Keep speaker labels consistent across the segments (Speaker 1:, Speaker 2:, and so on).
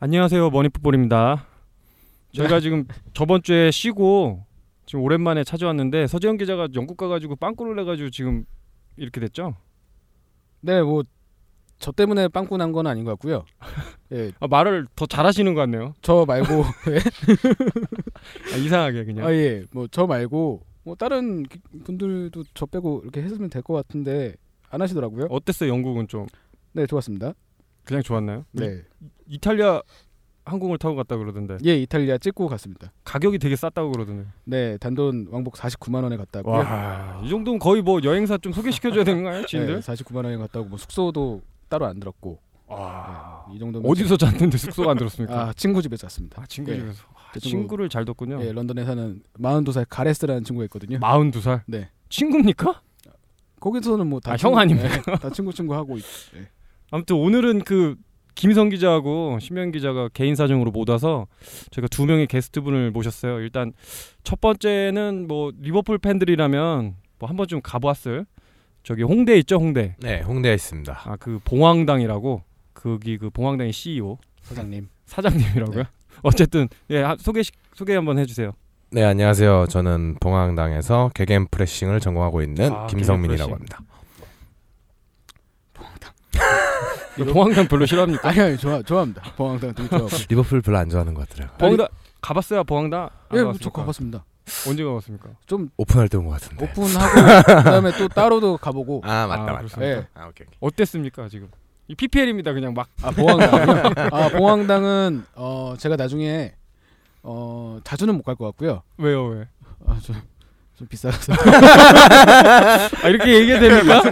Speaker 1: 안녕하세요 머니풋볼입니다.
Speaker 2: 네.
Speaker 1: 저희가 지금 저번 주에 쉬고 지금 오랜만에 찾아왔는데 서재현 기자가 영국 가가지고 빵꾸를 내가지고 지금 이렇게 됐죠?
Speaker 2: 네, 뭐 저 때문에 빵꾸 난 건 아닌 것 같고요. 예,
Speaker 1: 아, 말을 더 잘하시는 것 같네요.
Speaker 2: 저 말고 예,
Speaker 1: 아, 이상하게 그냥.
Speaker 2: 아, 예, 뭐 저 말고 뭐 다른 기- 분들도 저 빼고 이렇게 했으면 될 것 같은데 안 하시더라고요.
Speaker 1: 어땠어요 영국은 좀
Speaker 2: 네, 좋았습니다.
Speaker 1: 그냥 좋았나요?
Speaker 2: 네,
Speaker 1: 이, 탈리아 항공을 타고 갔다 그러던데
Speaker 2: 예, 이탈리아 찍고 갔습니다.
Speaker 1: 가격이 되게 쌌다고 그러던데.
Speaker 2: 네, 단돈 왕복 49만 원에 갔다 왔고요.
Speaker 1: 와, 이 정도면 거의 뭐 여행사 좀 소개시켜줘야 되는 거 아니에요,
Speaker 2: 네,
Speaker 1: 지인들?
Speaker 2: 49만 원에 갔다 오고 뭐 숙소도 따로 안 들었고 네,
Speaker 1: 와,
Speaker 2: 이 정도면
Speaker 1: 어디서 잤는데 숙소가 안 들었습니까?
Speaker 2: 아 친구 집에 잤습니다.
Speaker 1: 아, 친구
Speaker 2: 예,
Speaker 1: 집에서 와,
Speaker 2: 제 친구-
Speaker 1: 친구를 잘 뒀군요.
Speaker 2: 예, 런던에 사는 42살 가레스라는 친구가 있거든요.
Speaker 1: 42살?
Speaker 2: 네.
Speaker 1: 친구입니까?
Speaker 2: 거기서는 뭐다
Speaker 1: 아,
Speaker 2: 네,
Speaker 1: 형 아닙니까?
Speaker 2: 다 친구 친구 하고 있, 네,
Speaker 1: 아무튼 오늘은 그 김희성 기자하고 심현 기자가 개인 사정으로 못 와서 저희가 두 명의 게스트분을 모셨어요. 일단 첫 번째는 뭐 리버풀 팬들이라면 뭐 한 번쯤 가보았을 저기 홍대 있죠, 홍대.
Speaker 3: 네, 홍대에 있습니다.
Speaker 1: 아, 그 봉황당이라고 거기 그 봉황당의 CEO
Speaker 2: 사장님.
Speaker 1: 사장님이라고요. 어쨌든 예, 하- 소개 소개 한번 해 주세요.
Speaker 3: 네, 안녕하세요. 저는 봉황당에서 개겐 프레싱을 전공하고 있는
Speaker 1: 아,
Speaker 3: 김성민이라고
Speaker 1: 개겐
Speaker 3: 합니다.
Speaker 2: 이런-
Speaker 1: 봉황당 별로 싫어합니까?
Speaker 2: 아니 아니 좋아 좋아합니다. 봉황당 되게 좋아하고.
Speaker 3: 리버풀 별로 안 좋아하는 것 같더라고요.
Speaker 1: 봉황당 가봤어요, 봉황당? 안
Speaker 2: 예,
Speaker 1: 가봤습니까?
Speaker 2: 저 가봤습니다.
Speaker 1: 언제 가봤습니까?
Speaker 2: 좀
Speaker 3: 오픈할 때 온 것 같은데.
Speaker 2: 오픈하고 그다음에 또 따로도 가보고.
Speaker 3: 아, 맞다,
Speaker 1: 네. 아,
Speaker 3: 맞다.
Speaker 1: 그렇습니까?
Speaker 2: 예.
Speaker 3: 아, 오케이. 오케이.
Speaker 1: 어땠습니까, 지금? 이 PPL입니다, 그냥 막
Speaker 2: 아 봉황당. 아 봉황당은 어 제가 나중에 어 자주는 못 갈 것 같고요.
Speaker 1: 왜요, 왜?
Speaker 2: 아좀 좀 비싸서.
Speaker 1: 아 이렇게 얘기해도 됩니까?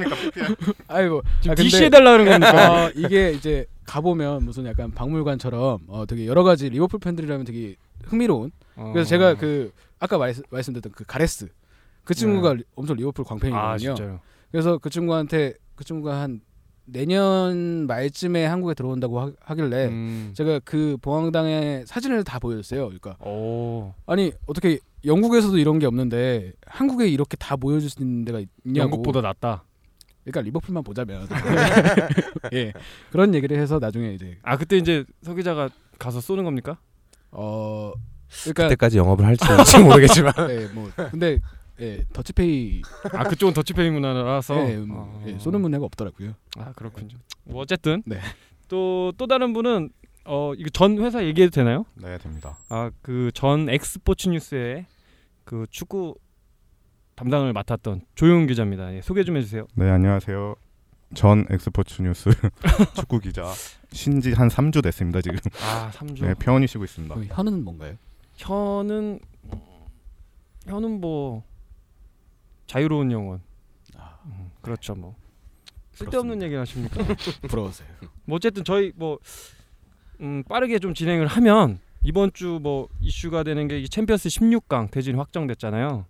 Speaker 2: 아이고.
Speaker 1: 지금
Speaker 2: 아, 근데-
Speaker 1: DC 해달라는 겁니까?
Speaker 2: 어, 이게 이제 가보면 무슨 약간 박물관처럼 어 되게 여러 가지 리버풀 팬들이라면 되게 흥미로운.
Speaker 1: 어.
Speaker 2: 그래서 제가 그 아까 말, 말씀드렸던 그 가레스 그 친구가 리- 엄청 리버풀
Speaker 1: 네. 아
Speaker 2: 광팬이거든요.
Speaker 1: 진짜요?
Speaker 2: 그래서 그 친구한테 그 친구가 한 내년 말쯤에 한국에 들어온다고 하, 하길래
Speaker 1: 음.
Speaker 2: 제가 그 봉황당의 사진을 다 보여줬어요. 그러니까
Speaker 1: 오
Speaker 2: 아니 어떻게 영국에서도 이런 게 없는데 한국에 이렇게 다 보여줄 수 있는 데가 있냐고.
Speaker 1: 영국보다 낫다.
Speaker 2: 그러니까 리버풀만 보자면 예 그런 얘기를 해서 나중에 이제
Speaker 1: 아 그때 이제 서 기자가 가서 쏘는 겁니까?
Speaker 2: 어 그러니까
Speaker 3: 그때까지 영업을 할지 모르겠지만.
Speaker 2: 예뭐 근데 예 더치페이
Speaker 1: 아 그쪽은 더치페이 문화라서
Speaker 2: 예, 뭐,
Speaker 1: 어.
Speaker 2: 예, 쏘는 문화가 없더라고요.
Speaker 1: 아 그렇군요. 뭐 어쨌든
Speaker 2: 네.
Speaker 1: 또 또 다른 분은 어 이거 전 회사 얘기해도 되나요?
Speaker 4: 네 됩니다.
Speaker 1: 아 그 전 엑스포츠 뉴스의 그 축구 담당을 맡았던 조용 기자입니다. 예, 소개 좀 해주세요.
Speaker 4: 네 안녕하세요. 전 엑스포츠 뉴스 축구 기자 신지 한 3주 됐습니다 지금.
Speaker 1: 아 3주
Speaker 4: 네 편히 쉬고 있습니다.
Speaker 2: 그럼 현우는 뭔가요?
Speaker 1: 현은 현은 뭐 자유로운 영혼.
Speaker 2: 아.
Speaker 1: 음, 그렇죠 뭐 쓸데없는
Speaker 2: 그렇습니다.
Speaker 1: 얘기 하십니까?
Speaker 2: 부러워서요.
Speaker 1: 뭐 어쨌든 저희 뭐 음, 빠르게 좀 진행을 하면 이번 주 뭐 이슈가 되는 게이 챔피언스 16강 대진이 확정됐잖아요.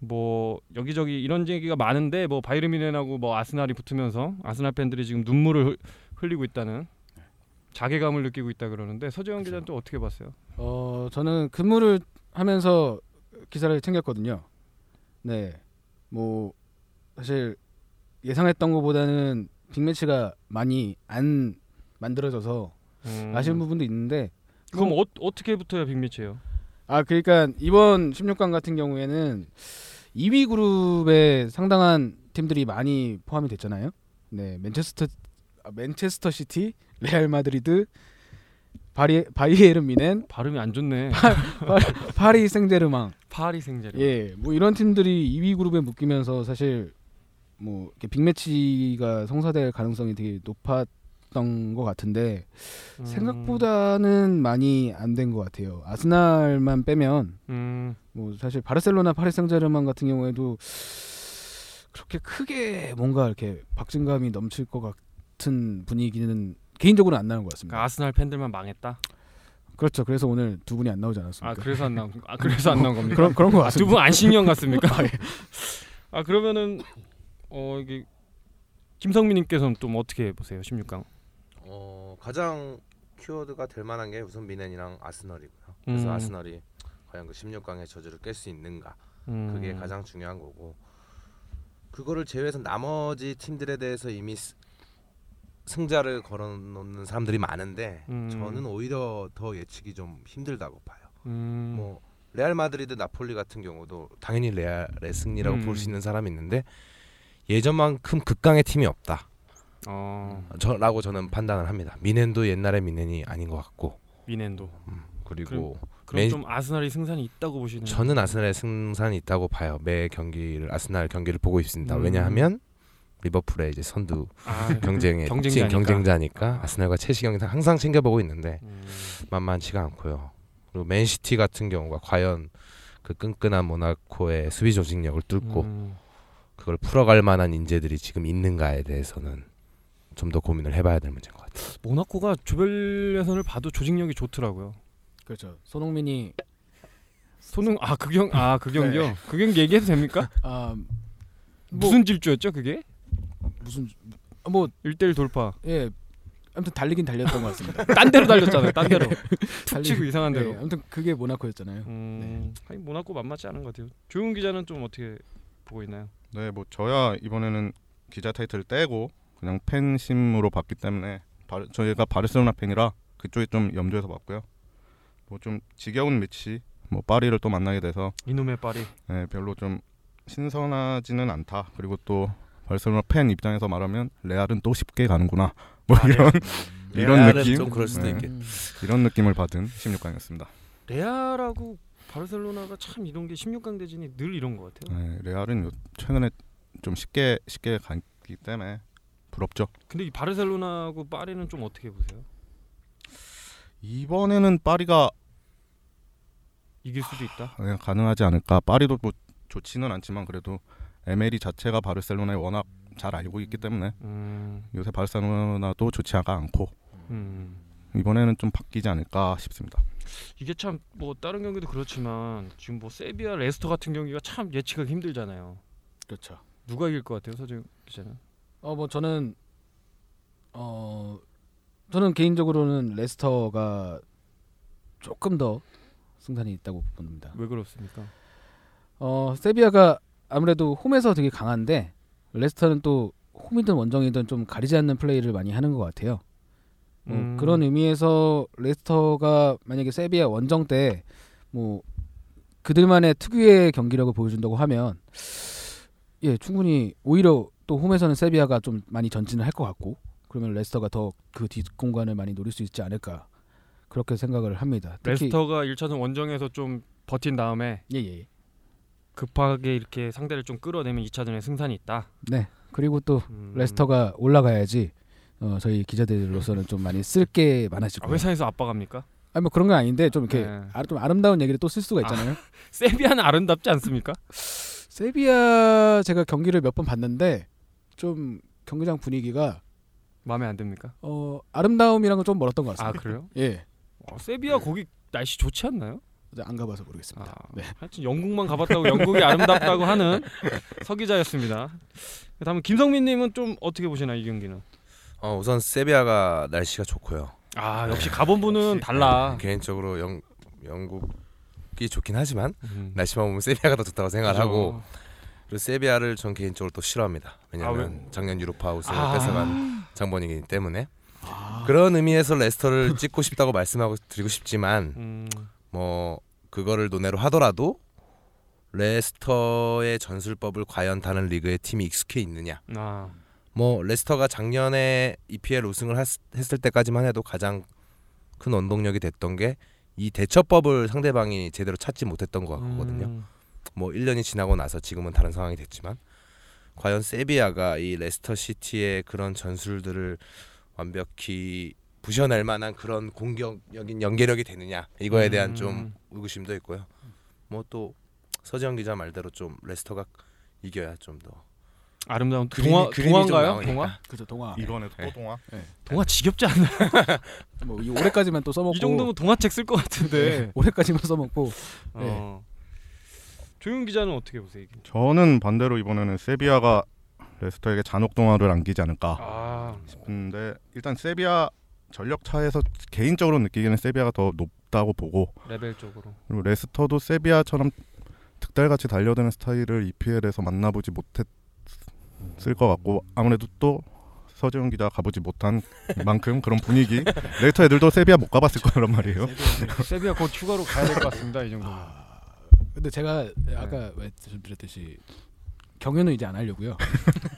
Speaker 1: 뭐 여기저기 이런 얘기가 많은데 뭐 바이에른 뮌헨하고 뭐 아스날이 붙으면서 아스날 팬들이 지금 눈물을 흘- 흘리고 있다는
Speaker 2: 네.
Speaker 1: 자괴감을 느끼고 있다 그러는데 서재영
Speaker 2: 그렇죠.
Speaker 1: 기자는 또 어떻게 봤어요?
Speaker 2: 어 저는 근무를 하면서 기사를 챙겼거든요. 네, 뭐 사실 예상했던 것보다는 빅매치가 많이 안 만들어져서
Speaker 1: 음.
Speaker 2: 아쉬운 부분도 있는데
Speaker 1: 그럼 어, 어떻게 붙어야 빅매치예요?
Speaker 2: 아 그러니까 이번 16강 같은 경우에는 2위 그룹에 상당한 팀들이 많이 포함이 됐잖아요. 네, 맨체스터 아, 맨체스터 시티, 레알 마드리드, 바리 바이에른 미넨,
Speaker 1: 발음이 안 좋네.
Speaker 2: 파리 생제르망
Speaker 1: 파리 생제르.
Speaker 2: 예, 뭐 이런 팀들이 2위 그룹에 묶이면서 사실 뭐 이렇게 빅매치가 성사될 가능성이 되게 높았던 것 같은데
Speaker 1: 음,
Speaker 2: 생각보다는 많이 안 된 것 같아요. 아스날만 빼면
Speaker 1: 음,
Speaker 2: 뭐 사실 바르셀로나, 파리 생제르맹 같은 경우에도 그렇게 크게 뭔가 이렇게 박진감이 넘칠 것 같은 분위기는 개인적으로는 안 나는 것
Speaker 1: 그러니까
Speaker 2: 같습니다.
Speaker 1: 아스날 팬들만 망했다.
Speaker 2: 그렇죠. 그래서 오늘 두 분이 안 나오지
Speaker 1: 아
Speaker 2: 않았습니까?
Speaker 1: 그래서 안 나온 아 그래서 안 나온 겁니까?
Speaker 2: 그런 그런 것
Speaker 1: 아, 두
Speaker 2: 같습니다.
Speaker 1: 분 안식년 같습니까? 아 그러면은 어 이게 김성민님께서는 좀 어떻게 보세요? 16강.
Speaker 5: 어, 가장 키워드가 될 만한 게 우선 미넨이랑 아스널이고요. 그래서
Speaker 1: 음.
Speaker 5: 아스널이 과연 그 16강의 저주를 깰 수 있는가
Speaker 1: 음,
Speaker 5: 그게 가장 중요한 거고 그거를 제외해서 나머지 팀들에 대해서 이미 스- 승자를 걸어놓는 사람들이 많은데
Speaker 1: 음.
Speaker 5: 저는 오히려 더 예측이 좀 힘들다고 봐요.
Speaker 1: 음.
Speaker 5: 뭐 레알 마드리드 나폴리 같은 경우도 당연히 레알의 승리라고
Speaker 1: 음.
Speaker 5: 볼 수 있는 사람이 있는데 예전만큼 극강의 팀이 없다. 음.
Speaker 1: 어,
Speaker 5: 저라고 저는 판단을 합니다. 미넨도 옛날의 미넨이 아닌 것 같고
Speaker 1: 미넨도.
Speaker 5: 그리고
Speaker 1: 그럼
Speaker 5: 맨-
Speaker 1: 좀 아스날이 승산이 있다고 보시는.
Speaker 5: 저는 아스날의 승산이 있다고 봐요. 매 경기를 아스날 경기를 보고 있습니다.
Speaker 1: 음.
Speaker 5: 왜냐하면 리버풀의 이제 선두
Speaker 1: 아,
Speaker 5: 경쟁의
Speaker 1: 경쟁자니까.
Speaker 5: 경쟁자니까. 경쟁자니까 아스날과 첼시 경기 항상 챙겨보고 있는데
Speaker 1: 음.
Speaker 5: 만만치가 않고요. 그리고 맨시티 같은 경우가 과연 그 끈끈한 모나코의 수비 조직력을 뚫고
Speaker 1: 음.
Speaker 5: 그걸 풀어갈 만한 인재들이 지금 있는가에 대해서는 좀 더 고민을 해봐야 될 문제인 것 같아요.
Speaker 1: 모나코가 조별 예선을 봐도 조직력이 좋더라고요.
Speaker 2: 그렇죠. 손흥민이
Speaker 1: 손흥 아 그경 아 그경기요. 그경 얘기해도 됩니까?
Speaker 2: 아 뭐-
Speaker 1: 무슨 질주였죠 그게?
Speaker 2: 무슨 뭐
Speaker 1: 1대1 돌파.
Speaker 2: 예. 아무튼 달리긴 달렸던 것 같습니다.
Speaker 1: 딴 데로 달렸잖아요. 딴 데로.
Speaker 2: 달리-
Speaker 1: 치고 이상한
Speaker 2: 예,
Speaker 1: 데로.
Speaker 2: 아무튼 그게 모나코였잖아요.
Speaker 1: 음, 아니 모나코 만만치 않은 것 같아요. 조용 기자는 좀 어떻게 보고 있나요?
Speaker 4: 네, 뭐 저야 이번에는 기자 타이틀을 떼고 그냥 팬심으로 봤기 때문에 바르, 저희가 바르셀로나 팬이라 그쪽에 좀 염두에서 봤고요. 뭐 좀 지겨운 매치, 뭐 파리를 또 만나게 돼서
Speaker 1: 이놈의 파리.
Speaker 4: 네, 별로 좀 신선하지는 않다. 그리고 또 바르셀로나 팬 입장에서 말하면 레알은 또 쉽게 가는구나. 뭐
Speaker 5: 아,
Speaker 4: 이런 이런
Speaker 5: 레알은
Speaker 4: 느낌?
Speaker 5: 좀 그럴 수도
Speaker 4: 네.
Speaker 5: 있겠.
Speaker 2: 음.
Speaker 4: 이런 느낌을 받은 16강이었습니다.
Speaker 1: 레알하고 바르셀로나가 참 이런 게 16강 대진이 늘 이런 것 같아요.
Speaker 4: 네, 레알은 요 최근에 좀 쉽게 쉽게 갔기 때문에 부럽죠.
Speaker 1: 근데 이 바르셀로나하고 파리는 좀 어떻게 보세요?
Speaker 4: 이번에는 파리가
Speaker 1: 이길 수도 있다.
Speaker 4: 그냥 가능하지 않을까. 파리도 뭐 좋지는 않지만 그래도 에메리 자체가 바르셀로나에 워낙 잘 알고 있기 때문에
Speaker 1: 음,
Speaker 4: 요새 바르셀로나도 좋지 않가 않고
Speaker 1: 음.
Speaker 4: 이번에는 좀 바뀌지 않을까 싶습니다.
Speaker 1: 이게 참 뭐 다른 경기도 그렇지만 지금 뭐 세비야 레스터 같은 경기가 참 예측하기 힘들잖아요.
Speaker 2: 그렇죠.
Speaker 1: 누가 이길 것 같아요, 서정 기자는?
Speaker 2: 어 뭐 저는 어 저는 개인적으로는 레스터가 조금 더 승산이 있다고 봅니다.
Speaker 1: 왜 그렇습니까?
Speaker 2: 어 세비야가 아무래도 홈에서 되게 강한데 레스터는 또 홈이든 원정이든 좀 가리지 않는 플레이를 많이 하는 것 같아요. 뭐
Speaker 1: 음.
Speaker 2: 그런 의미에서 레스터가 만약에 세비야 원정 때 뭐 그들만의 특유의 경기력을 보여준다고 하면 예 충분히 오히려 또 홈에서는 세비야가 좀 많이 전진을 할 것 같고 그러면 레스터가 더 그 뒷공간을 많이 노릴 수 있지 않을까 그렇게 생각을 합니다. 특히
Speaker 1: 레스터가 1차전 원정에서 좀 버틴 다음에
Speaker 2: 예 예.
Speaker 1: 급하게 이렇게 상대를 좀 끌어내면 2차전에 승산이 있다.
Speaker 2: 네 그리고 또
Speaker 1: 음.
Speaker 2: 레스터가 올라가야지 어, 저희 기자들로서는 좀 많이 쓸 게 많아지고
Speaker 1: 아, 회사에서 아빠갑니까?
Speaker 2: 아니 뭐 그런 건 아닌데 좀 이렇게
Speaker 1: 네.
Speaker 2: 아, 좀 아름다운 얘기를 또 쓸 수가 있잖아요.
Speaker 1: 세비야는 아름답지 않습니까?
Speaker 2: 세비야 제가 경기를 몇 번 봤는데 좀 경기장 분위기가
Speaker 1: 마음에 안 듭니까?
Speaker 2: 어, 아름다움이랑은 좀 멀었던 것
Speaker 1: 아
Speaker 2: 같습니다.
Speaker 1: 그래요?
Speaker 2: 예,
Speaker 1: 어, 세비야 거기 날씨 좋지 않나요?
Speaker 2: 안 가봐서
Speaker 1: 아,
Speaker 2: 모르겠습니다.
Speaker 1: 하여튼 영국만 가봤다고 영국이 아름답다고 하는 서 기자였습니다. 다음은 김성민님은 좀 어떻게 보시나 이 경기는?
Speaker 5: 어, 우선 세비야가 날씨가 좋고요.
Speaker 1: 아 역시 가본 분은 달라.
Speaker 5: 네, 개인적으로 영 영국이 좋긴 하지만
Speaker 1: 음.
Speaker 5: 날씨만 보면 세비야가 더 좋다고 생각을
Speaker 1: 그죠.
Speaker 5: 하고 그리고 세비야를 전 개인적으로 또 싫어합니다.
Speaker 1: 아,
Speaker 5: 왜냐하면 작년 유로파 우승을
Speaker 1: 아.
Speaker 5: 뺏어간 장본이기 때문에 그런 의미에서 레스터를 찍고 싶다고 말씀하고 드리고 싶지만
Speaker 1: 음,
Speaker 5: 뭐 그거를 논외로 하더라도 레스터의 전술법을 과연 다른 리그의 팀이 익숙해 있느냐?
Speaker 1: 아,
Speaker 5: 뭐 레스터가 작년에 EPL 우승을 했, 했을 때까지만 해도 가장 큰 원동력이 됐던 게 이 대처법을 상대방이 제대로 찾지 못했던 것 같거든요.
Speaker 1: 음,
Speaker 5: 뭐 1년이 지나고 나서 지금은 다른 상황이 됐지만 과연 세비야가 이 레스터 시티의 그런 전술들을 완벽히 부셔낼 만한 그런 공격적인 연계력이 되느냐 이거에 대한 좀
Speaker 1: 음.
Speaker 5: 의구심도 있고요. 뭐 또 서지영 기자 말대로 좀 레스터가 이겨야 좀 더
Speaker 1: 아름다운
Speaker 5: 그림이-
Speaker 1: 동화
Speaker 5: 그림이
Speaker 1: 동화인가요?
Speaker 5: 좀 나오니까.
Speaker 1: 동화?
Speaker 2: 그죠 동화.
Speaker 4: 이번에도 또
Speaker 5: 네.
Speaker 4: 동화.
Speaker 1: 동화 지겹지 않나?
Speaker 2: 뭐이 올해까지만 또 써먹고 예,
Speaker 1: 이 정도면 동화책 쓸 것 같은데.
Speaker 2: 올해까지만 써먹고 네.
Speaker 1: 어. 조용 기자는 어떻게 보세요 이게?
Speaker 4: 저는 반대로 이번에는 세비야가 레스터에게 잔혹 동화를 안기지 않을까
Speaker 1: 아,
Speaker 4: 싶은데 일단 세비야 전력 차에서 개인적으로 느끼기에는 세비야가 더 높다고 보고
Speaker 1: 레벨적으로.
Speaker 4: 그리고 레스터도 세비야처럼 득달같이 달려드는 스타일을 EPL에서 만나보지 못했을 것 같고 아무래도 또 서재훈 기자 가보지 못한 만큼 그런 분위기 레이터 애들도 세비야 못 가봤을 거란 말이에요.
Speaker 6: 세비야 곧 휴가로 가야 될 것 같습니다. 이 정도.
Speaker 1: 아.
Speaker 2: 근데 제가 아까 말씀드렸듯이 경유는 이제 안 하려고요.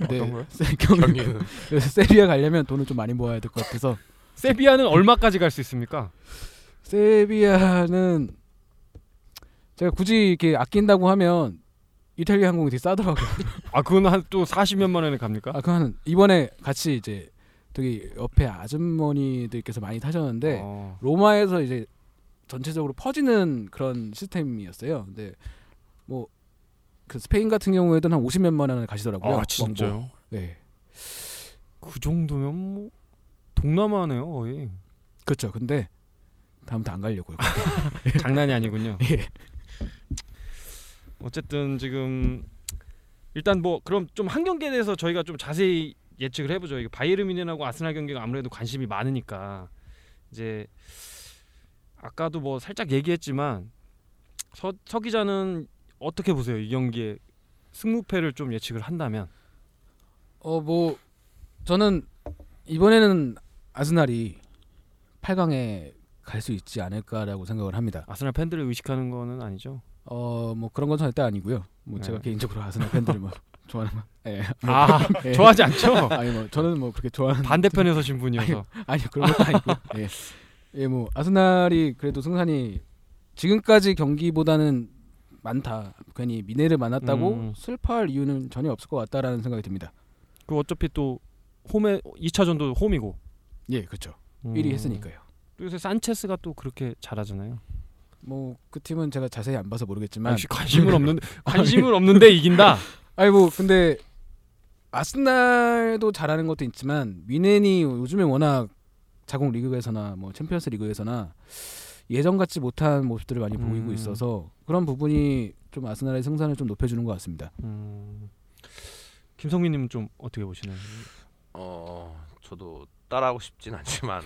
Speaker 2: 네,
Speaker 6: 어떤 거요?
Speaker 2: 세- 경유. 그래서 세비야 가려면 돈을 좀 많이 모아야 될 것 같아서
Speaker 1: 세비야는 얼마까지 갈 수 있습니까?
Speaker 2: 세비야는 제가 굳이 이렇게 아낀다고 하면 이탈리아 항공이 되게 싸더라고요.
Speaker 1: 아 그건 한또 40몇만 원에 갑니까?
Speaker 2: 아, 그건 이번에 같이 이제 되게 옆에 아주머니들께서 많이 타셨는데
Speaker 1: 어.
Speaker 2: 로마에서 이제 전체적으로 퍼지는 그런 시스템이었어요. 근데 뭐 그 스페인 같은 경우에도 한 50몇만 원을 가시더라고요.
Speaker 1: 아 진짜요?
Speaker 2: 왕복. 네.
Speaker 1: 그 정도면 뭐 동남아네요 거의.
Speaker 2: 그렇죠. 근데 다음부터 안 가려고요.
Speaker 1: 장난이 아니군요.
Speaker 2: 예.
Speaker 1: 어쨌든 지금 일단 뭐 그럼 좀 한 경기에 대해서 저희가 좀 자세히 예측을 해보죠. 이게 바이에른 뮌헨하고 아스날 경기가 아무래도 관심이 많으니까 이제 아까도 뭐 살짝 얘기했지만 서, 서 기자는 어떻게 보세요 이 경기에 승무패를 좀 예측을 한다면
Speaker 2: 어 뭐 저는 이번에는 아스날이 8강에 갈 수 있지 않을까라고 생각을 합니다.
Speaker 1: 아스날 팬들을 의식하는 거는 아니죠.
Speaker 2: 어 뭐 그런 건 절대 아니고요. 뭐
Speaker 1: 네.
Speaker 2: 제가 개인적으로 아스날 팬들을 뭐 좋아하는 건 예.
Speaker 1: 아
Speaker 2: 예.
Speaker 1: 좋아하지 않죠.
Speaker 2: 아니 뭐 저는 뭐 그렇게 좋아하는
Speaker 1: 반대편에 서신 분이어서
Speaker 2: 아니 그런 것도 아니고 예. 예, 뭐 아스날이 그래도 승산이 지금까지 경기보다는 많다. 괜히 미네를 만났다고
Speaker 1: 음.
Speaker 2: 슬퍼할 이유는 전혀 없을 것 같다라는 생각이 듭니다.
Speaker 1: 그 어차피 또 홈에 2차전도 홈이고
Speaker 2: 예, 그렇죠.
Speaker 1: 음.
Speaker 2: 1위 했으니까요.
Speaker 1: 또 요새 산체스가 또 그렇게 잘하잖아요.
Speaker 2: 뭐 그 팀은 제가 자세히 안 봐서 모르겠지만
Speaker 1: 역시 관심은 없는 관심은 없는데 이긴다.
Speaker 2: 아니 뭐 근데 아스날도 잘하는 것도 있지만 미넨이 요즘에 워낙 자국 리그에서나 뭐 챔피언스 리그에서나 예전 같지 못한 모습들을 많이 보이고
Speaker 1: 음.
Speaker 2: 있어서 그런 부분이 좀 아스날의 승산을 좀 높여주는 것 같습니다.
Speaker 1: 음. 김성민님은 좀 어떻게 보시나요?
Speaker 5: 어 저도 따라하고 싶진 않지만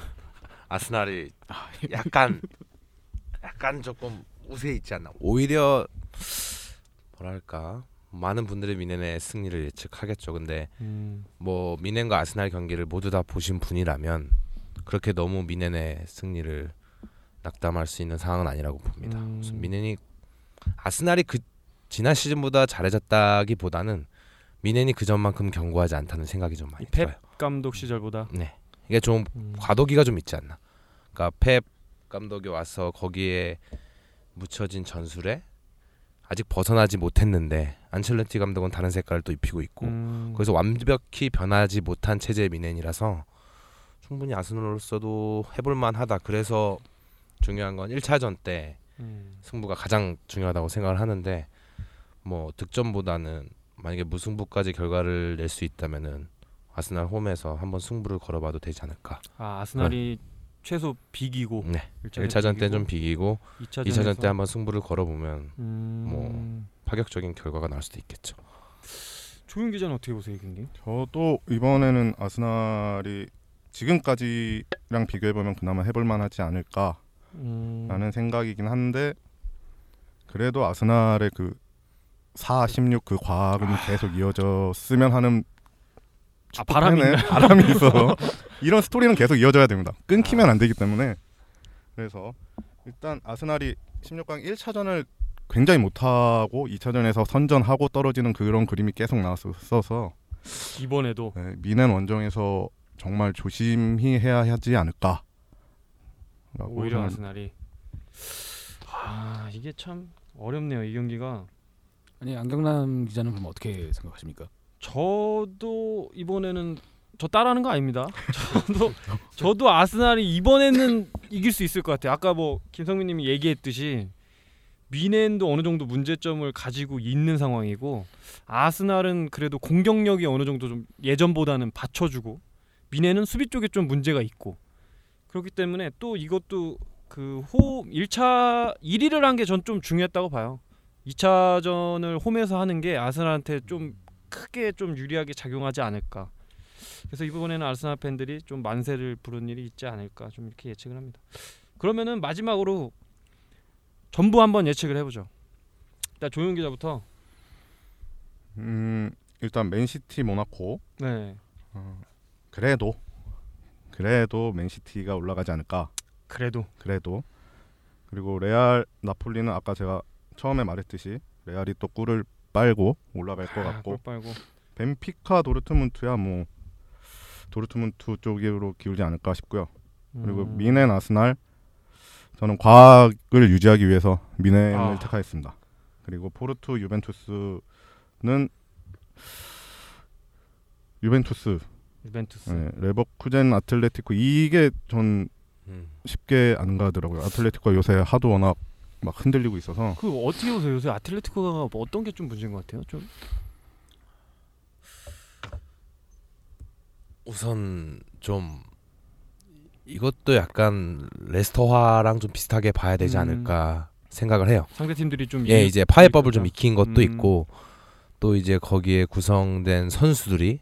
Speaker 5: 아스날이 약간 약간 조금 우세 있지 않나 오히려 뭐랄까 많은 분들이 미넨의 승리를 예측하겠죠 근데
Speaker 1: 음.
Speaker 5: 뭐 미넨과 아스날 경기를 모두 다 보신 분이라면 그렇게 너무 미넨의 승리를 낙담할 수 있는 상황은 아니라고 봅니다
Speaker 1: 음.
Speaker 5: 그래서 미넨이 아스날이 그 지난 시즌보다 잘해졌다기보다는 미넨이 그전만큼 견고하지 않다는 생각이 좀 많이
Speaker 1: 이 펩?
Speaker 5: 들어요
Speaker 1: 감독 시절보다
Speaker 5: 네. 이게 좀
Speaker 1: 음.
Speaker 5: 과도기가 좀 있지 않나. 그러니까 펩 감독이 와서 거기에 묻혀진 전술에 아직 벗어나지 못했는데 안첼로티 감독은 다른 색깔을 또 입히고 있고
Speaker 1: 음.
Speaker 5: 그래서 완벽히 변하지 못한 체제의 미넨이라서 충분히 아스널로서도 해볼 만하다. 그래서 중요한 건 1차전 때
Speaker 1: 음.
Speaker 5: 승부가 가장 중요하다고 생각을 하는데 뭐 득점보다는 만약에 무승부까지 결과를 낼 수 있다면은 아스날 홈에서 한번 승부를 걸어봐도 되지 않을까.
Speaker 1: 아 아스날이 최소 비기고
Speaker 5: 네. 1차전 때 좀 비기고
Speaker 1: 2차전,
Speaker 5: 2차전 때 한번 승부를 걸어보면
Speaker 1: 음.
Speaker 5: 뭐. 파격적인 결과가 나올 수도 있겠죠.
Speaker 1: 조윤 기자는 어떻게 보세요 이 경기?
Speaker 4: 저도 이번에는 아스날이 지금까지랑 비교해보면 그나마 해볼만하지 않을까
Speaker 1: 음.
Speaker 4: 라는 생각이긴 한데 그래도 아스날의 그 4, 16 그 과학은 계속 이어졌으면 하는
Speaker 1: 아, 바람이
Speaker 4: 팬의 바람이 있어서 이런 스토리는 계속 이어져야 됩니다. 끊기면 안 되기 때문에 그래서 일단 아스날이 16강 1차전을 굉장히 못하고 2차전에서 선전하고 떨어지는 그런 그림이 계속 나왔었어서
Speaker 1: 이번에도
Speaker 4: 네, 미넨 원정에서 정말 조심히 해야 하지 않을까
Speaker 5: 네,
Speaker 1: 오히려 아스날이 아 이게 참 어렵네요 이 경기가
Speaker 2: 아니 안경남 기자는 그럼 어떻게 생각하십니까?
Speaker 1: 저도 이번에는 저 따라하는 거 아닙니다. 저도 저도 아스날이 이번에는 이길 수 있을 것 같아요. 아까 뭐 김성민님이 얘기했듯이 미넨도 어느 정도 문제점을 가지고 있는 상황이고 아스날은 그래도 공격력이 어느 정도 좀 예전보다는 받쳐주고 미넨은 수비 쪽에 좀 문제가 있고 그렇기 때문에 또 이것도 그 호 1차 1위를 한 게 전 좀 중요했다고 봐요. 2차전을 홈에서 하는 게 아스날한테 좀 크게 좀 유리하게 작용하지 않을까. 그래서 이번에는 아르세날 팬들이 좀 만세를 부른 일이 있지 않을까 좀 이렇게 예측을 합니다. 그러면은 마지막으로 전부 한번 예측을 해보죠. 일단 조용 기자부터.
Speaker 4: 음, 일단 맨시티 모나코
Speaker 1: 네.
Speaker 4: 그래도 그래도 맨시티가 올라가지 않을까.
Speaker 1: 그래도
Speaker 4: 그래도 그리고 레알 나폴리는 아까 제가 처음에 말했듯이 레알이 또 꿀을 빨고 올라갈 것
Speaker 1: 아,
Speaker 4: 같고
Speaker 1: 골 빨고
Speaker 4: 벤피카 도르트문트야 뭐 도르트문트 쪽으로 기울지 않을까 싶고요. 그리고
Speaker 1: 음.
Speaker 4: 미넨 아스날 저는 과학을 유지하기 위해서 미넨을
Speaker 1: 아.
Speaker 4: 택하였습니다. 그리고 포르투 유벤투스는 유벤투스,
Speaker 1: 유벤투스
Speaker 4: 예, 레버쿠젠, 아틀레티코 이게 전
Speaker 5: 음.
Speaker 4: 쉽게 안 가더라고요. 아틀레티코 가 요새 하도 워낙 막 흔들리고 있어서
Speaker 1: 그 어떻게 보세요 요새 아틀레티코가 뭐 어떤 게 좀 문제인 것 같아요 좀
Speaker 5: 우선 좀 이것도 약간 레스터화랑 좀 비슷하게 봐야 되지
Speaker 1: 음.
Speaker 5: 않을까 생각을 해요.
Speaker 1: 상대 팀들이 좀
Speaker 5: 예,
Speaker 1: 이-
Speaker 5: 이제 파해법을 좀
Speaker 1: 그러니까.
Speaker 5: 익힌 것도
Speaker 1: 음.
Speaker 5: 있고 또 이제 거기에 구성된 선수들이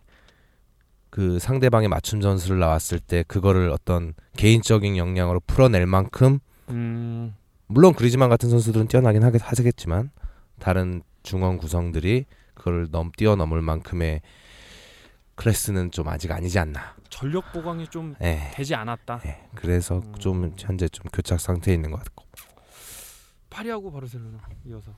Speaker 5: 그 상대방의 맞춤 전술을 나왔을 때 그거를 어떤 개인적인 역량으로 풀어낼 만큼
Speaker 1: 음,
Speaker 5: 물론 그리즈만 같은 선수들은 뛰어나긴 하겠, 하겠지만 다른 중원 구성들이 그걸 넘 뛰어넘을 만큼의 클래스는 좀 아직 아니지 않나.
Speaker 1: 전력 보강이 좀
Speaker 5: 예.
Speaker 1: 되지 않았다.
Speaker 5: 예. 그래서
Speaker 1: 음.
Speaker 5: 좀 현재 좀 교착 상태에 있는 것 같고.
Speaker 1: 파리하고 바르셀로나 이어서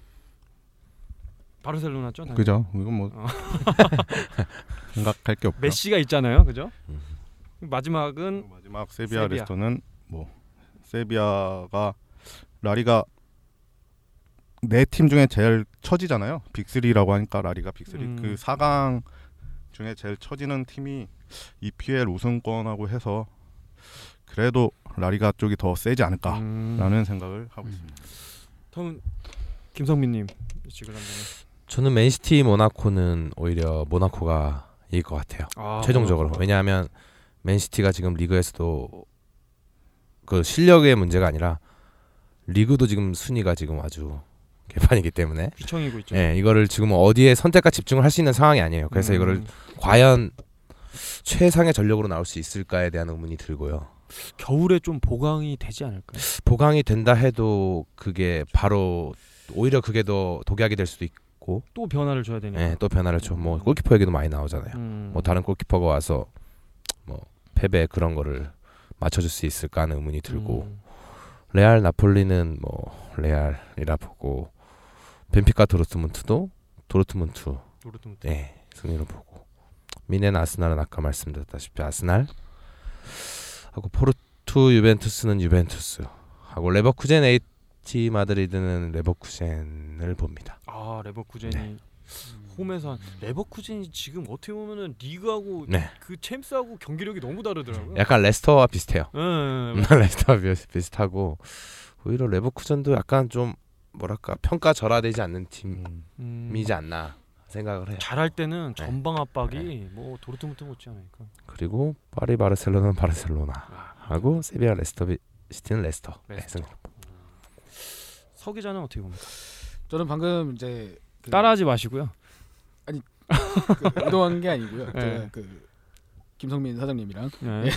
Speaker 1: 바르셀로나죠. 당연히.
Speaker 4: 그죠? 이건 뭐
Speaker 1: 네. 어.
Speaker 4: 생각할 게 없고요.
Speaker 1: 메시가 있잖아요, 그죠?
Speaker 5: 음.
Speaker 1: 마지막은
Speaker 4: 마지막 세비야,
Speaker 1: 세비야.
Speaker 4: 레스터는 뭐 세비야가 라리가 네 팀 중에 제일 처지잖아요. 빅3라고 하니까 라리가 빅3
Speaker 1: 음.
Speaker 4: 그 4강 중에 제일 처지는 팀이 EPL 우승권하고 해서 그래도 라리가 쪽이 더 세지
Speaker 5: 아,
Speaker 4: 않을까라는
Speaker 1: 음,
Speaker 4: 생각을 하고 있습니다.
Speaker 1: 다음 김성민님 지금 한번
Speaker 5: 저는 맨시티 모나코는 오히려 모나코가 이길 것 같아요.
Speaker 1: 아,
Speaker 5: 최종적으로
Speaker 1: 그렇구나.
Speaker 5: 왜냐하면 맨시티가 지금 리그에서도 그 실력의 문제가 아니라 리그도 지금 순위가 지금 아주 개판이기 때문에
Speaker 1: 휘청이고 있죠.
Speaker 5: 예 이거를 지금 어디에 선택과 집중을 할 수 있는 상황이 아니에요 그래서
Speaker 1: 음,
Speaker 5: 이거를 과연 최상의 전력으로 나올 수 있을까에 대한 의문이 들고요
Speaker 1: 겨울에 좀 보강이 되지 않을까?
Speaker 5: 보강이 된다 해도 그게 바로 오히려 그게 더 독약이 될 수도 있고
Speaker 1: 또 변화를 줘야 되니까.
Speaker 5: 예, 또 변화를 좀뭐 골키퍼 얘기도 많이 나오잖아요
Speaker 1: 음,
Speaker 5: 뭐 다른 골키퍼가 와서 뭐 패배 그런 거를 맞춰줄 수 있을까 하는 의문이 들고
Speaker 1: 음,
Speaker 5: 레알 나폴리는 뭐 레알이라 보고 벤피카 도르트문트도 도르트문트
Speaker 1: 도르트문트.
Speaker 5: 예 승리로 보고 미넨 아스날은 아까 말씀드렸다시피 아스날 하고 포르투 유벤투스는 유벤투스 하고 레버쿠젠 에이티 마드리드는 레버쿠젠을 봅니다.
Speaker 1: 아 레버쿠젠이
Speaker 5: 네.
Speaker 1: 홈에서 한 레버쿠젠이 지금 어떻게 보면은 리그하고
Speaker 5: 음. 네.
Speaker 1: 그 챔스하고 경기력이 너무 다르더라고요.
Speaker 5: 약간 음. 레스터와 비슷해요.
Speaker 1: 예,
Speaker 5: 네,
Speaker 1: 예, 예.
Speaker 5: 레스터와 비슷- 비슷하고 오히려 레버쿠젠도 약간 좀 뭐랄까 평가 절하되지 않는 팀이지
Speaker 1: 음.
Speaker 5: 않나 생각을 해요.
Speaker 1: 잘할 때는
Speaker 5: 네.
Speaker 1: 전방 압박이 뭐 도르트문트 못지 않으니까.
Speaker 5: 그리고 파리 바르셀로나는 바르셀로나 하고 세비야 레스터 비- 시티는 아. 레스터. 네,
Speaker 1: 레스터.
Speaker 5: 레스터.
Speaker 1: 서 기자는 어떻게 봅니까?
Speaker 2: 저는 방금 이제 그
Speaker 1: 따라하지 마시고요.
Speaker 2: 그 의도한 게 아니고요.
Speaker 1: 네.
Speaker 2: 제가 그 김성민 사장님이랑
Speaker 1: 네.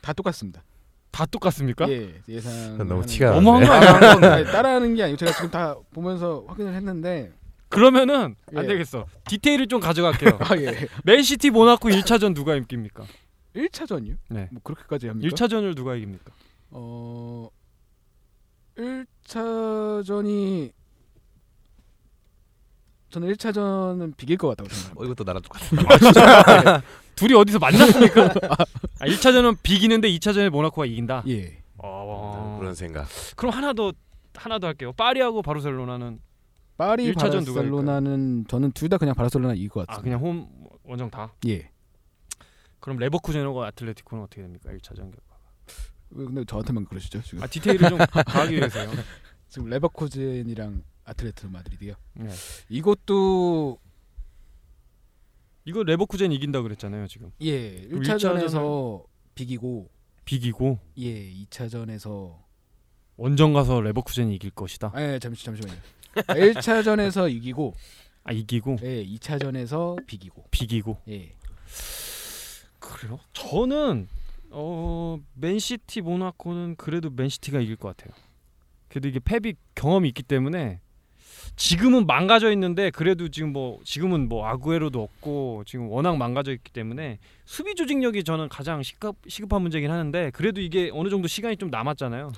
Speaker 2: 다 똑같습니다.
Speaker 1: 다 똑같습니까?
Speaker 2: 예, 예상
Speaker 5: 너무 티가
Speaker 1: 그러니까? 너무 한거
Speaker 5: 나는데.
Speaker 1: 아니야? 한 건.
Speaker 2: 따라하는 게 아니고 네. 제가 지금 다 보면서 확인을 했는데
Speaker 1: 그러면은 안
Speaker 2: 예.
Speaker 1: 되겠어. 디테일을 좀 가져갈게요.
Speaker 2: 아 예.
Speaker 1: 맨시티 모나코 1차전 누가 이깁니까?
Speaker 2: 1차전이요?
Speaker 1: 네.
Speaker 2: 뭐 그렇게까지 합니까?
Speaker 1: 1차전을 누가 이깁니까?
Speaker 2: 어 1차전이 저는 1차전은 비길 것 같다고 생각합니다.
Speaker 5: 어, 이것도 나랑 똑같아.
Speaker 1: 둘이 어디서 만났습니까? 아, 1차전은 비기는데 2차전에 모나코가 이긴다.
Speaker 2: 예.
Speaker 1: 어...
Speaker 5: 그런 생각.
Speaker 1: 그럼 하나 더 하나 더 할게요. 파리하고 바르셀로나는 아,
Speaker 2: 파리
Speaker 1: 1차전 누가
Speaker 2: 바르셀로나는 저는 둘 다 그냥 바르셀로나 이길 것
Speaker 1: 아
Speaker 2: 같습니다.
Speaker 1: 그냥 홈 원정 다.
Speaker 2: 예.
Speaker 1: 그럼 레버쿠젠하고 아틀레티코는 어떻게 됩니까? 1차전 결과.
Speaker 2: 왜 근데 저한테만 그러시죠? 지금
Speaker 1: 아 디테일을 좀 가기 위해서요.
Speaker 2: 지금 레버쿠젠이랑 아틀레티코 마드리드요.
Speaker 1: 네.
Speaker 2: 이것도
Speaker 1: 이거 레버쿠젠 이긴다 그랬잖아요 지금
Speaker 2: 예,
Speaker 1: 그럼
Speaker 2: 1차전에서 비기고
Speaker 1: 비기고
Speaker 2: 예, 2차전에서
Speaker 1: 원정 가서 레버쿠젠이 이길 것이다
Speaker 2: 아, 예, 잠시 잠시만요. 아, 1차전에서 이기고
Speaker 1: 아 이기고
Speaker 2: 예, 2차전에서 비기고.
Speaker 1: 비기고
Speaker 2: 예.
Speaker 1: 그래요? 저는 어 맨시티 모나코는 그래도 맨시티가 이길 것 같아요 그래도 이게 패비 경험이 있기 때문에 지금은 망가져 있는데 그래도 지금 뭐 지금은 뭐 아구에로도 없고 지금 워낙 망가져 있기 때문에 수비 조직력이 저는 가장 시급 시급한 문제긴 하는데 그래도 이게 어느 정도 시간이 좀 남았잖아요.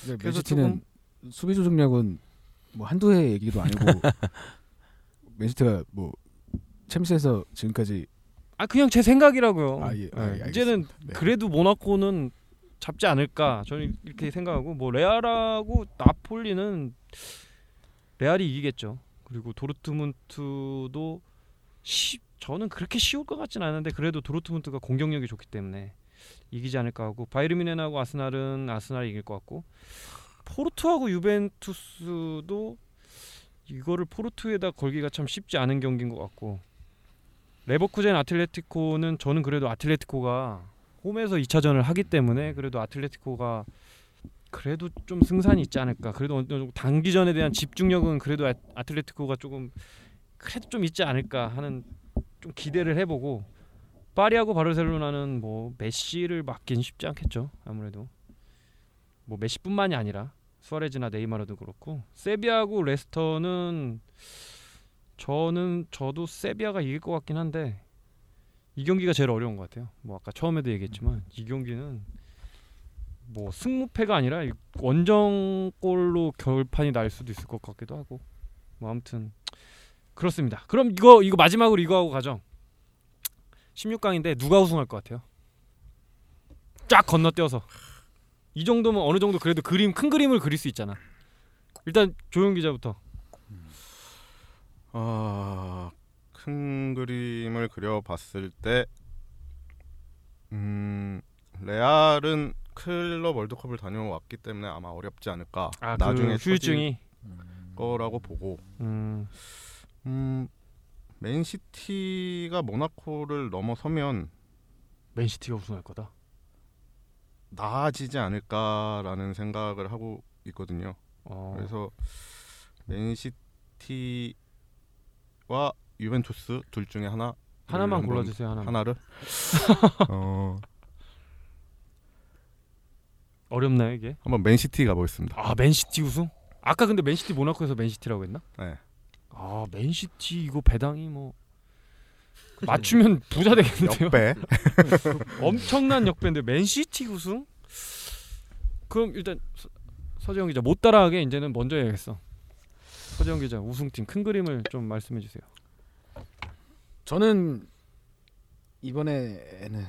Speaker 2: 근데
Speaker 1: 그래서
Speaker 2: 맨시티는 수비 조정력은 뭐 한두 해 얘기도 아니고 맨시티가 뭐 챔스에서 지금까지
Speaker 1: 아 그냥 제 생각이라고요. 네.
Speaker 2: 아, 예. 아, 예, 알겠습니다.
Speaker 1: 어, 이제는
Speaker 2: 네.
Speaker 1: 그래도 모나코는 잡지 않을까 저는 이렇게 생각하고 뭐 레알하고 나폴리는 레알이 이기겠죠. 그리고 도르트문트도 쉬, 저는 그렇게 쉬울 것 같진 않은데 그래도 도르트문트가 공격력이 좋기 때문에 이기지 않을까 하고 바이에른 뮌헨하고 아스날은 아스날이 이길 것 같고 포르투하고 유벤투스도 이거를 포르투에다 걸기가 참 쉽지 않은 경기인 것 같고 레버쿠젠 아틀레티코는 저는 그래도 아틀레티코가 홈에서 2차전을 하기 때문에 그래도 아틀레티코가 그래도 좀 승산이 있지 않을까. 그래도 어느 정도 단기전에 대한 집중력은 그래도 아- 아틀레티코가 조금 그래도 좀 있지 않을까 하는 좀 기대를 해보고 파리하고 바르셀로나는 뭐 메시를 막긴 쉽지 않겠죠. 아무래도 뭐 메시뿐만이 아니라 수아레즈나 네이마르도 그렇고 세비야하고 레스터는 저는 저도 세비야가 이길 것 같긴 한데 이 경기가 제일 어려운 것 같아요. 뭐 아까 처음에도 얘기했지만 이 경기는 뭐 승무패가 아니라 이 원정골로 결판이 날 수도 있을 것 같기도 하고 뭐 아무튼 그렇습니다. 그럼 이거 이거 마지막으로 이거 하고 가죠. 16강인데 누가 우승할 것 같아요? 쫙 건너뛰어서 이 정도면 어느 정도 그래도 그림 큰 그림을 그릴 수 있잖아. 일단 조용 기자부터.
Speaker 4: 아, 큰 그림을 그려봤을 때, 음, 레알은 클럽 월드컵을 다녀왔기 때문에 아마 어렵지 않을까.
Speaker 1: 아,
Speaker 4: 나중에
Speaker 1: 그 휴증이
Speaker 4: 터질 거라고 보고,
Speaker 1: 음,
Speaker 4: 음, 맨시티가 모나코를 넘어서면
Speaker 1: 맨시티가 우승할 거다.
Speaker 4: 나아지지 않을까라는 생각을 하고 있거든요.
Speaker 1: 어.
Speaker 4: 그래서 맨시티와 유벤투스 둘 중에 하나
Speaker 1: 하나만
Speaker 4: 한번
Speaker 1: 골라주세요 하나만
Speaker 4: 하나를 어,
Speaker 1: 어렵나요 이게?
Speaker 4: 한번 맨시티 가보겠습니다.
Speaker 1: 아 맨시티 우승? 아까 근데 맨시티 모나코에서 맨시티라고 했나?
Speaker 4: 네.
Speaker 1: 아 맨시티 이거 배당이 뭐 맞추면 부자 되겠는데요?
Speaker 4: 역배.
Speaker 1: 엄청난 역배인데 맨시티 우승? 그럼 일단 서, 서재영 기자 못 따라하게 이제는 먼저 해야겠어 서재영 기자 우승팀 큰 그림을 좀 말씀해 주세요
Speaker 2: 저는 이번에는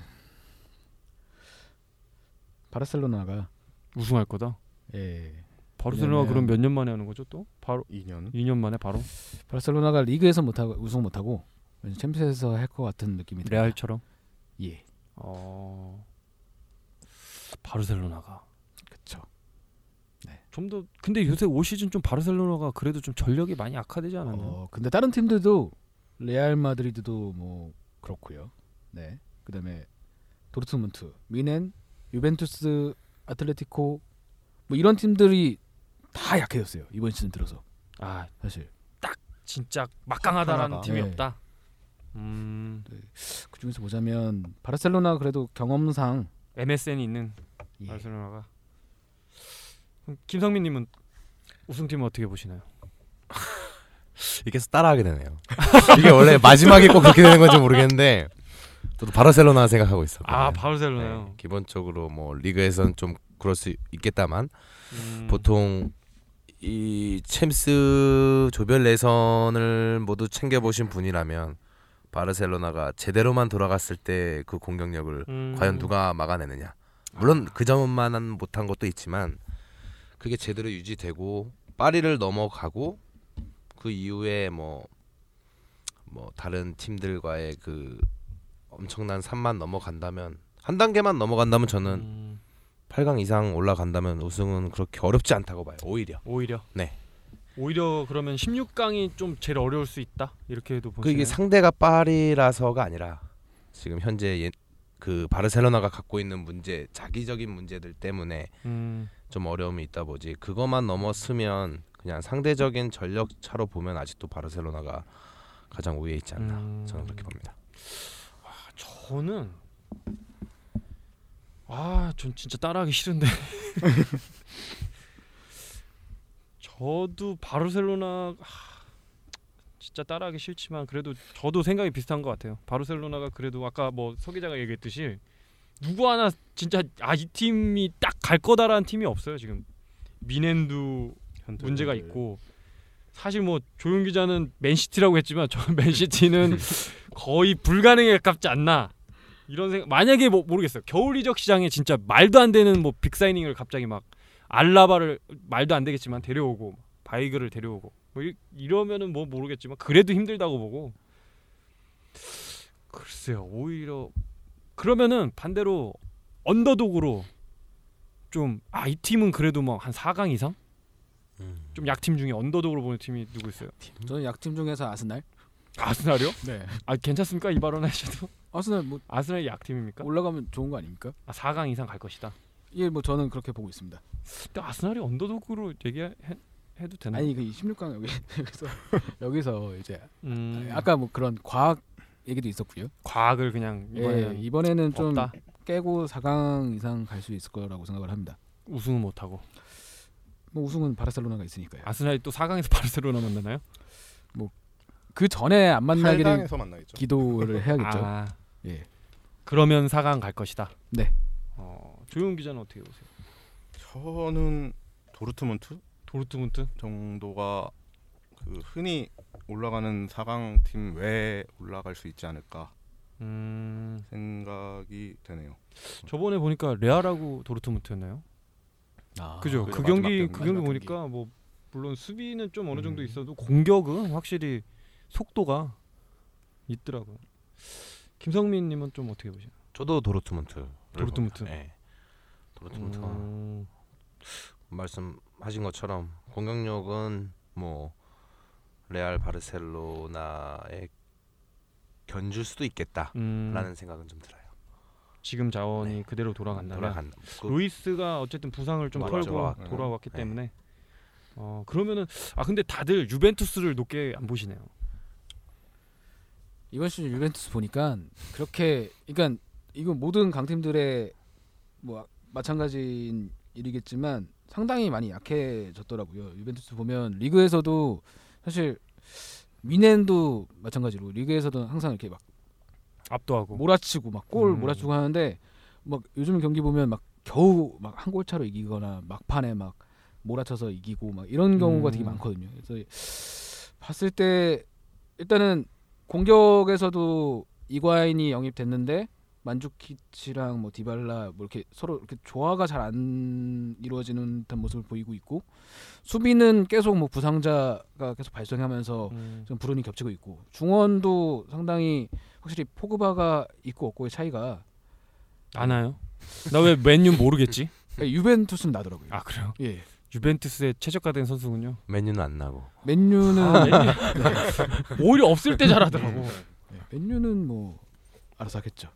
Speaker 2: 바르셀로나가
Speaker 1: 우승할 거다
Speaker 2: 예
Speaker 1: 바르셀로나
Speaker 2: 왜냐면-
Speaker 1: 그럼 몇 년 만에 하는 거죠 또? 바로
Speaker 4: 2년.
Speaker 1: 2년 만에 바로
Speaker 2: 바르셀로나가 리그에서 못하고 우승 못하고 왠지 챔피언스에서 할 것 같은 느낌이 듭니다.
Speaker 1: 레알처럼
Speaker 2: 예
Speaker 1: 어 바르셀로나가
Speaker 2: 그렇죠.
Speaker 5: 네.
Speaker 1: 좀 더 근데 요새 올 시즌 좀 바르셀로나가 그래도 좀 전력이 많이 악화되지 않았나요?
Speaker 2: 어 근데 다른 팀들도 레알 마드리드도 뭐 그렇고요. 네 그다음에 도르트문트, 미넨, 유벤투스, 아틀레티코 뭐 이런 팀들이 다 약해졌어요 이번 시즌 들어서
Speaker 1: 아
Speaker 2: 사실
Speaker 1: 진짜 막강하다라는
Speaker 4: 하나가.
Speaker 1: 팀이
Speaker 2: 네.
Speaker 1: 없다. 음
Speaker 2: 그 중에서 보자면 바르셀로나 그래도 경험상
Speaker 1: MSN이 있는
Speaker 2: 예.
Speaker 1: 바르셀로나가 그럼 김성민님은 우승팀 어떻게 보시나요?
Speaker 5: 이게 따라하게 되네요. 이게 원래 마지막에 꼭 그렇게 되는 건지 모르겠는데 저도 바르셀로나 생각하고 있어.
Speaker 1: 아 바르셀로나요.
Speaker 5: 기본적으로 뭐 리그에선 좀 그럴 수 있겠다만
Speaker 1: 음,
Speaker 5: 보통 이 챔스 조별 예선을 모두 챙겨 보신 분이라면 바르셀로나가 제대로만 돌아갔을 때 그 공격력을
Speaker 1: 음.
Speaker 5: 과연 누가 막아내느냐. 물론 그 점만은 못한 것도 있지만 그게 제대로 유지되고 파리를 넘어가고 그 이후에 뭐 뭐 다른 팀들과의 그 엄청난 산만 넘어간다면 한 단계만 넘어간다면 저는
Speaker 1: 음,
Speaker 5: 8강 이상 올라간다면 우승은 그렇게 어렵지 않다고 봐요. 오히려.
Speaker 1: 오히려
Speaker 5: 네.
Speaker 1: 오히려 그러면 16강이 좀 제일 어려울 수 있다 이렇게 해도
Speaker 5: 그
Speaker 1: 보시나요?
Speaker 5: 이게 상대가 파리라서가 아니라 지금 현재 예- 그 바르셀로나가 갖고 있는 문제, 자기적인 문제들 때문에
Speaker 1: 음,
Speaker 5: 좀 어려움이 있다 보지 그것만 넘었으면 그냥 상대적인 전력 차로 보면 아직도 바르셀로나가 가장 우위에 있지 않나
Speaker 1: 음.
Speaker 5: 저는 그렇게 봅니다.
Speaker 1: 저는 아, 전 진짜 따라하기 싫은데. 저도 바르셀로나 하, 진짜 따라하기 싫지만 그래도 저도 생각이 비슷한 것 같아요. 바르셀로나가 그래도 아까 뭐 서 기자가 얘기했듯이 누구 하나 진짜 아 이 팀이 딱 갈 거다라는 팀이 없어요 지금 미넨도
Speaker 4: 네.
Speaker 1: 문제가 있고 사실 뭐 조용 기자는 맨시티라고 했지만 저 맨시티는 거의 불가능에 가깝지 않나 이런 생각 만약에 뭐 모르겠어요 겨울 이적 시장에 진짜 말도 안 되는 뭐 빅사이닝을 갑자기 막 알라바를 말도 안 되겠지만 데려오고 바이그를 데려오고 뭐 이, 이러면은 뭐 모르겠지만 그래도 힘들다고 보고 글쎄요 오히려 그러면은 반대로 언더독으로 좀 아 이 팀은 그래도 뭐 한 4강 이상 좀 약팀 중에 언더독으로 보는 팀이 누구 있어요?
Speaker 2: 저는 약팀 중에서 아스날.
Speaker 1: 아스날이요?
Speaker 2: 네.
Speaker 1: 아 괜찮습니까 이 발언 하셔도
Speaker 2: 아스날 뭐
Speaker 1: 아스날이 약팀입니까?
Speaker 2: 올라가면 좋은 거 아닙니까?
Speaker 1: 아 4강 이상 갈 것이다.
Speaker 2: 예, 뭐 저는 그렇게 보고 있습니다.
Speaker 1: 근데 아스날이 언더독으로 얘기해도 되나요?
Speaker 2: 아니 그 16강 여기, 여기서 여기서 이제
Speaker 1: 음,
Speaker 2: 아까 뭐 그런 과학 얘기도 있었고요.
Speaker 1: 과학을 그냥
Speaker 2: 예,
Speaker 1: 이번에는
Speaker 2: 이번에는 좀
Speaker 1: 없다.
Speaker 2: 깨고 4강 이상 갈 수 있을 거라고 생각을 합니다.
Speaker 1: 우승은 못하고
Speaker 2: 뭐 우승은 바르셀로나가 있으니까요.
Speaker 1: 아스날이 또 4강에서 바르셀로나 만나나요?
Speaker 2: 그 전에 안 만나기를
Speaker 4: 8강에서 만나겠죠.
Speaker 2: 기도를 해야겠죠.
Speaker 1: 아
Speaker 2: 예.
Speaker 1: 그러면 4강 갈 것이다.
Speaker 2: 네.
Speaker 1: 어, 조용 기자는 어떻게 보세요?
Speaker 4: 저는 도르트문트
Speaker 1: 도르트문트?
Speaker 4: 정도가 그 흔히 올라가는 4강 팀 외에 올라갈 수 있지 않을까
Speaker 1: 음
Speaker 4: 생각이 되네요.
Speaker 1: 저번에 보니까 레알하고 도르트문트였나요?
Speaker 2: 아,
Speaker 1: 그죠.
Speaker 4: 그죠.
Speaker 1: 그
Speaker 4: 마지막
Speaker 1: 경기
Speaker 4: 경기.
Speaker 1: 그 경기
Speaker 2: 마지막 경기.
Speaker 1: 보니까 뭐 물론 수비는 좀 어느 정도
Speaker 4: 음.
Speaker 1: 있어도 공격은 확실히 속도가 있더라고요. 김성민 님은 좀 어떻게 보세요?
Speaker 5: 저도 도르트문트.
Speaker 1: 도르트문트.
Speaker 5: 네. 도르트문트가
Speaker 1: 음,
Speaker 5: 말씀하신 것처럼 공격력은 뭐 레알 바르셀로나에 견줄 수도 있겠다라는
Speaker 1: 음,
Speaker 5: 생각은 좀 들어요.
Speaker 1: 지금 자원이
Speaker 5: 네.
Speaker 1: 그대로 돌아간다면
Speaker 5: 돌아간 그
Speaker 1: 루이스가 어쨌든 부상을 좀
Speaker 5: 음, 맞죠.
Speaker 1: 털고
Speaker 5: 돌아왔고.
Speaker 1: 돌아왔기
Speaker 5: 네.
Speaker 1: 때문에 어 그러면은 아 근데 다들 유벤투스를 높게 안 보시네요.
Speaker 2: 이번 시즌 유벤투스 보니까 그렇게 그러니까 이건 모든 강팀들의 뭐 마찬가지인 일이겠지만 상당히 많이 약해졌더라고요. 유벤투스 보면 리그에서도 사실 미넨도 마찬가지로 리그에서도 항상 이렇게 막 뭐?
Speaker 1: 압도하고
Speaker 2: 몰아치고 막 골
Speaker 1: 음.
Speaker 2: 몰아치고 하는데 막 요즘 경기 보면 막 겨우 막 한 골 차로 이기거나 막판에 막 몰아쳐서 이기고 막 이런 경우가
Speaker 1: 음.
Speaker 2: 되게 많거든요. 그래서 봤을 때 일단은 공격에서도 이과인이 영입됐는데 만주키치랑 뭐 디발라 뭐 이렇게 서로 이렇게 조화가 잘 안 이루어지는 듯한 모습을 보이고 있고 수비는 계속 뭐 부상자가 계속 발생하면서
Speaker 1: 음,
Speaker 2: 좀 불운이 겹치고 있고 중원도 상당히 확실히 포그바가 있고 없고의 차이가
Speaker 1: 나나요? 나 왜 맨유 모르겠지?
Speaker 2: 그러니까 유벤투스는 나더라고요.
Speaker 1: 아 그래요.
Speaker 2: 예,
Speaker 1: 유벤투스의 최적화된 선수군요.
Speaker 5: 메뉴는 안 나고
Speaker 2: 맨유는
Speaker 1: 아, 네.
Speaker 2: 네.
Speaker 1: 오히려 없을 때 잘하더라고.
Speaker 2: 예, 맨유는 뭐 알아서 하겠죠.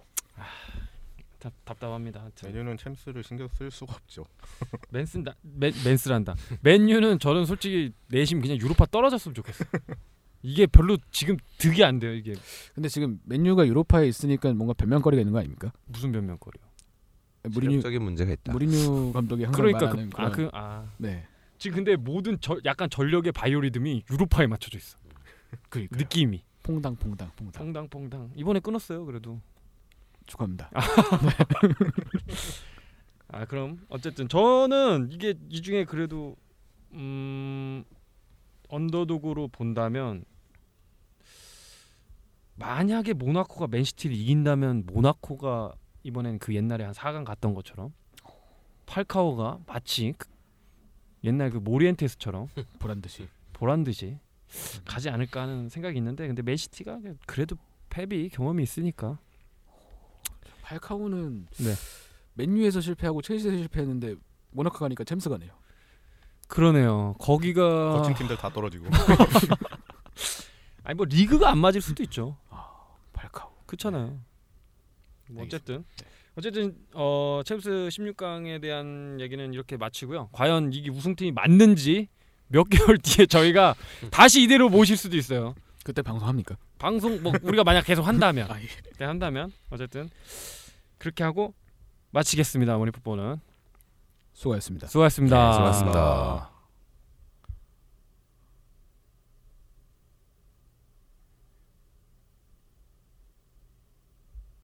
Speaker 1: 답, 답답합니다. 하여튼.
Speaker 4: 메뉴는 챔스를 신경 쓸 수가 없죠.
Speaker 1: 맨슨다 맨, 맨스란다. 맨유는 저는 솔직히 내심 그냥 유로파 떨어졌으면 좋겠어. 이게 별로 지금 득이 안 돼요. 이게
Speaker 2: 근데 지금 맨유가 유로파에 있으니까 뭔가 변명거리가 있는 거 아닙니까?
Speaker 1: 무슨 변명거리요.
Speaker 2: 무리뉴
Speaker 5: 실력적인 문제가 있다.
Speaker 2: 무리뉴 감독이 항상
Speaker 1: 아. 그러니까
Speaker 2: 말하는
Speaker 1: 그,
Speaker 2: 그런,
Speaker 1: 아, 그, 아.
Speaker 2: 네,
Speaker 1: 지금 근데 모든 저, 약간 전력의 바이오리듬이 유로파에 맞춰져 있어.
Speaker 2: 그러니까
Speaker 1: 느낌이.
Speaker 2: 퐁당 퐁당 퐁당
Speaker 1: 퐁당퐁당. 이번에 끊었어요. 그래도.
Speaker 2: 축하합니다.
Speaker 1: 아 그럼 어쨌든 저는 이게 이 중에 그래도 음 언더독으로 본다면 만약에 모나코가 맨시티를 이긴다면 모나코가 이번엔 그 옛날에 한 4강 갔던 것처럼 팔카오가 마치 그 옛날 그 모리엔테스처럼
Speaker 2: 보란 듯이
Speaker 1: 보란 듯이 가지 않을까 하는 생각이 있는데 근데 맨시티가 그래도 패비 경험이 있으니까
Speaker 2: 팔카오는
Speaker 1: 네.
Speaker 2: 맨유에서 실패하고 첼시에서 실패했는데 모나코 가니까 챔스 가네요.
Speaker 1: 그러네요 거기가
Speaker 4: 거친 팀들 다 떨어지고.
Speaker 1: 아니 뭐 리그가 안 맞을 수도 있죠
Speaker 2: 팔카오.
Speaker 1: 그렇잖아요. 뭐 어쨌든 어쨌든 어 챔스 16강에 대한 얘기는 이렇게 마치고요. 과연 이게 우승팀이 맞는지 몇 개월 뒤에 저희가 다시 이대로 모실 수도 있어요.
Speaker 2: 그때 방송합니까?
Speaker 1: 방송 뭐 우리가 만약 계속 한다면
Speaker 2: 아, 예.
Speaker 1: 네, 한다면 어쨌든 그렇게 하고 마치겠습니다. 머니풋볼은
Speaker 2: 수고하셨습니다.
Speaker 1: 수고하셨습니다.
Speaker 5: 네, 수고하셨습니다.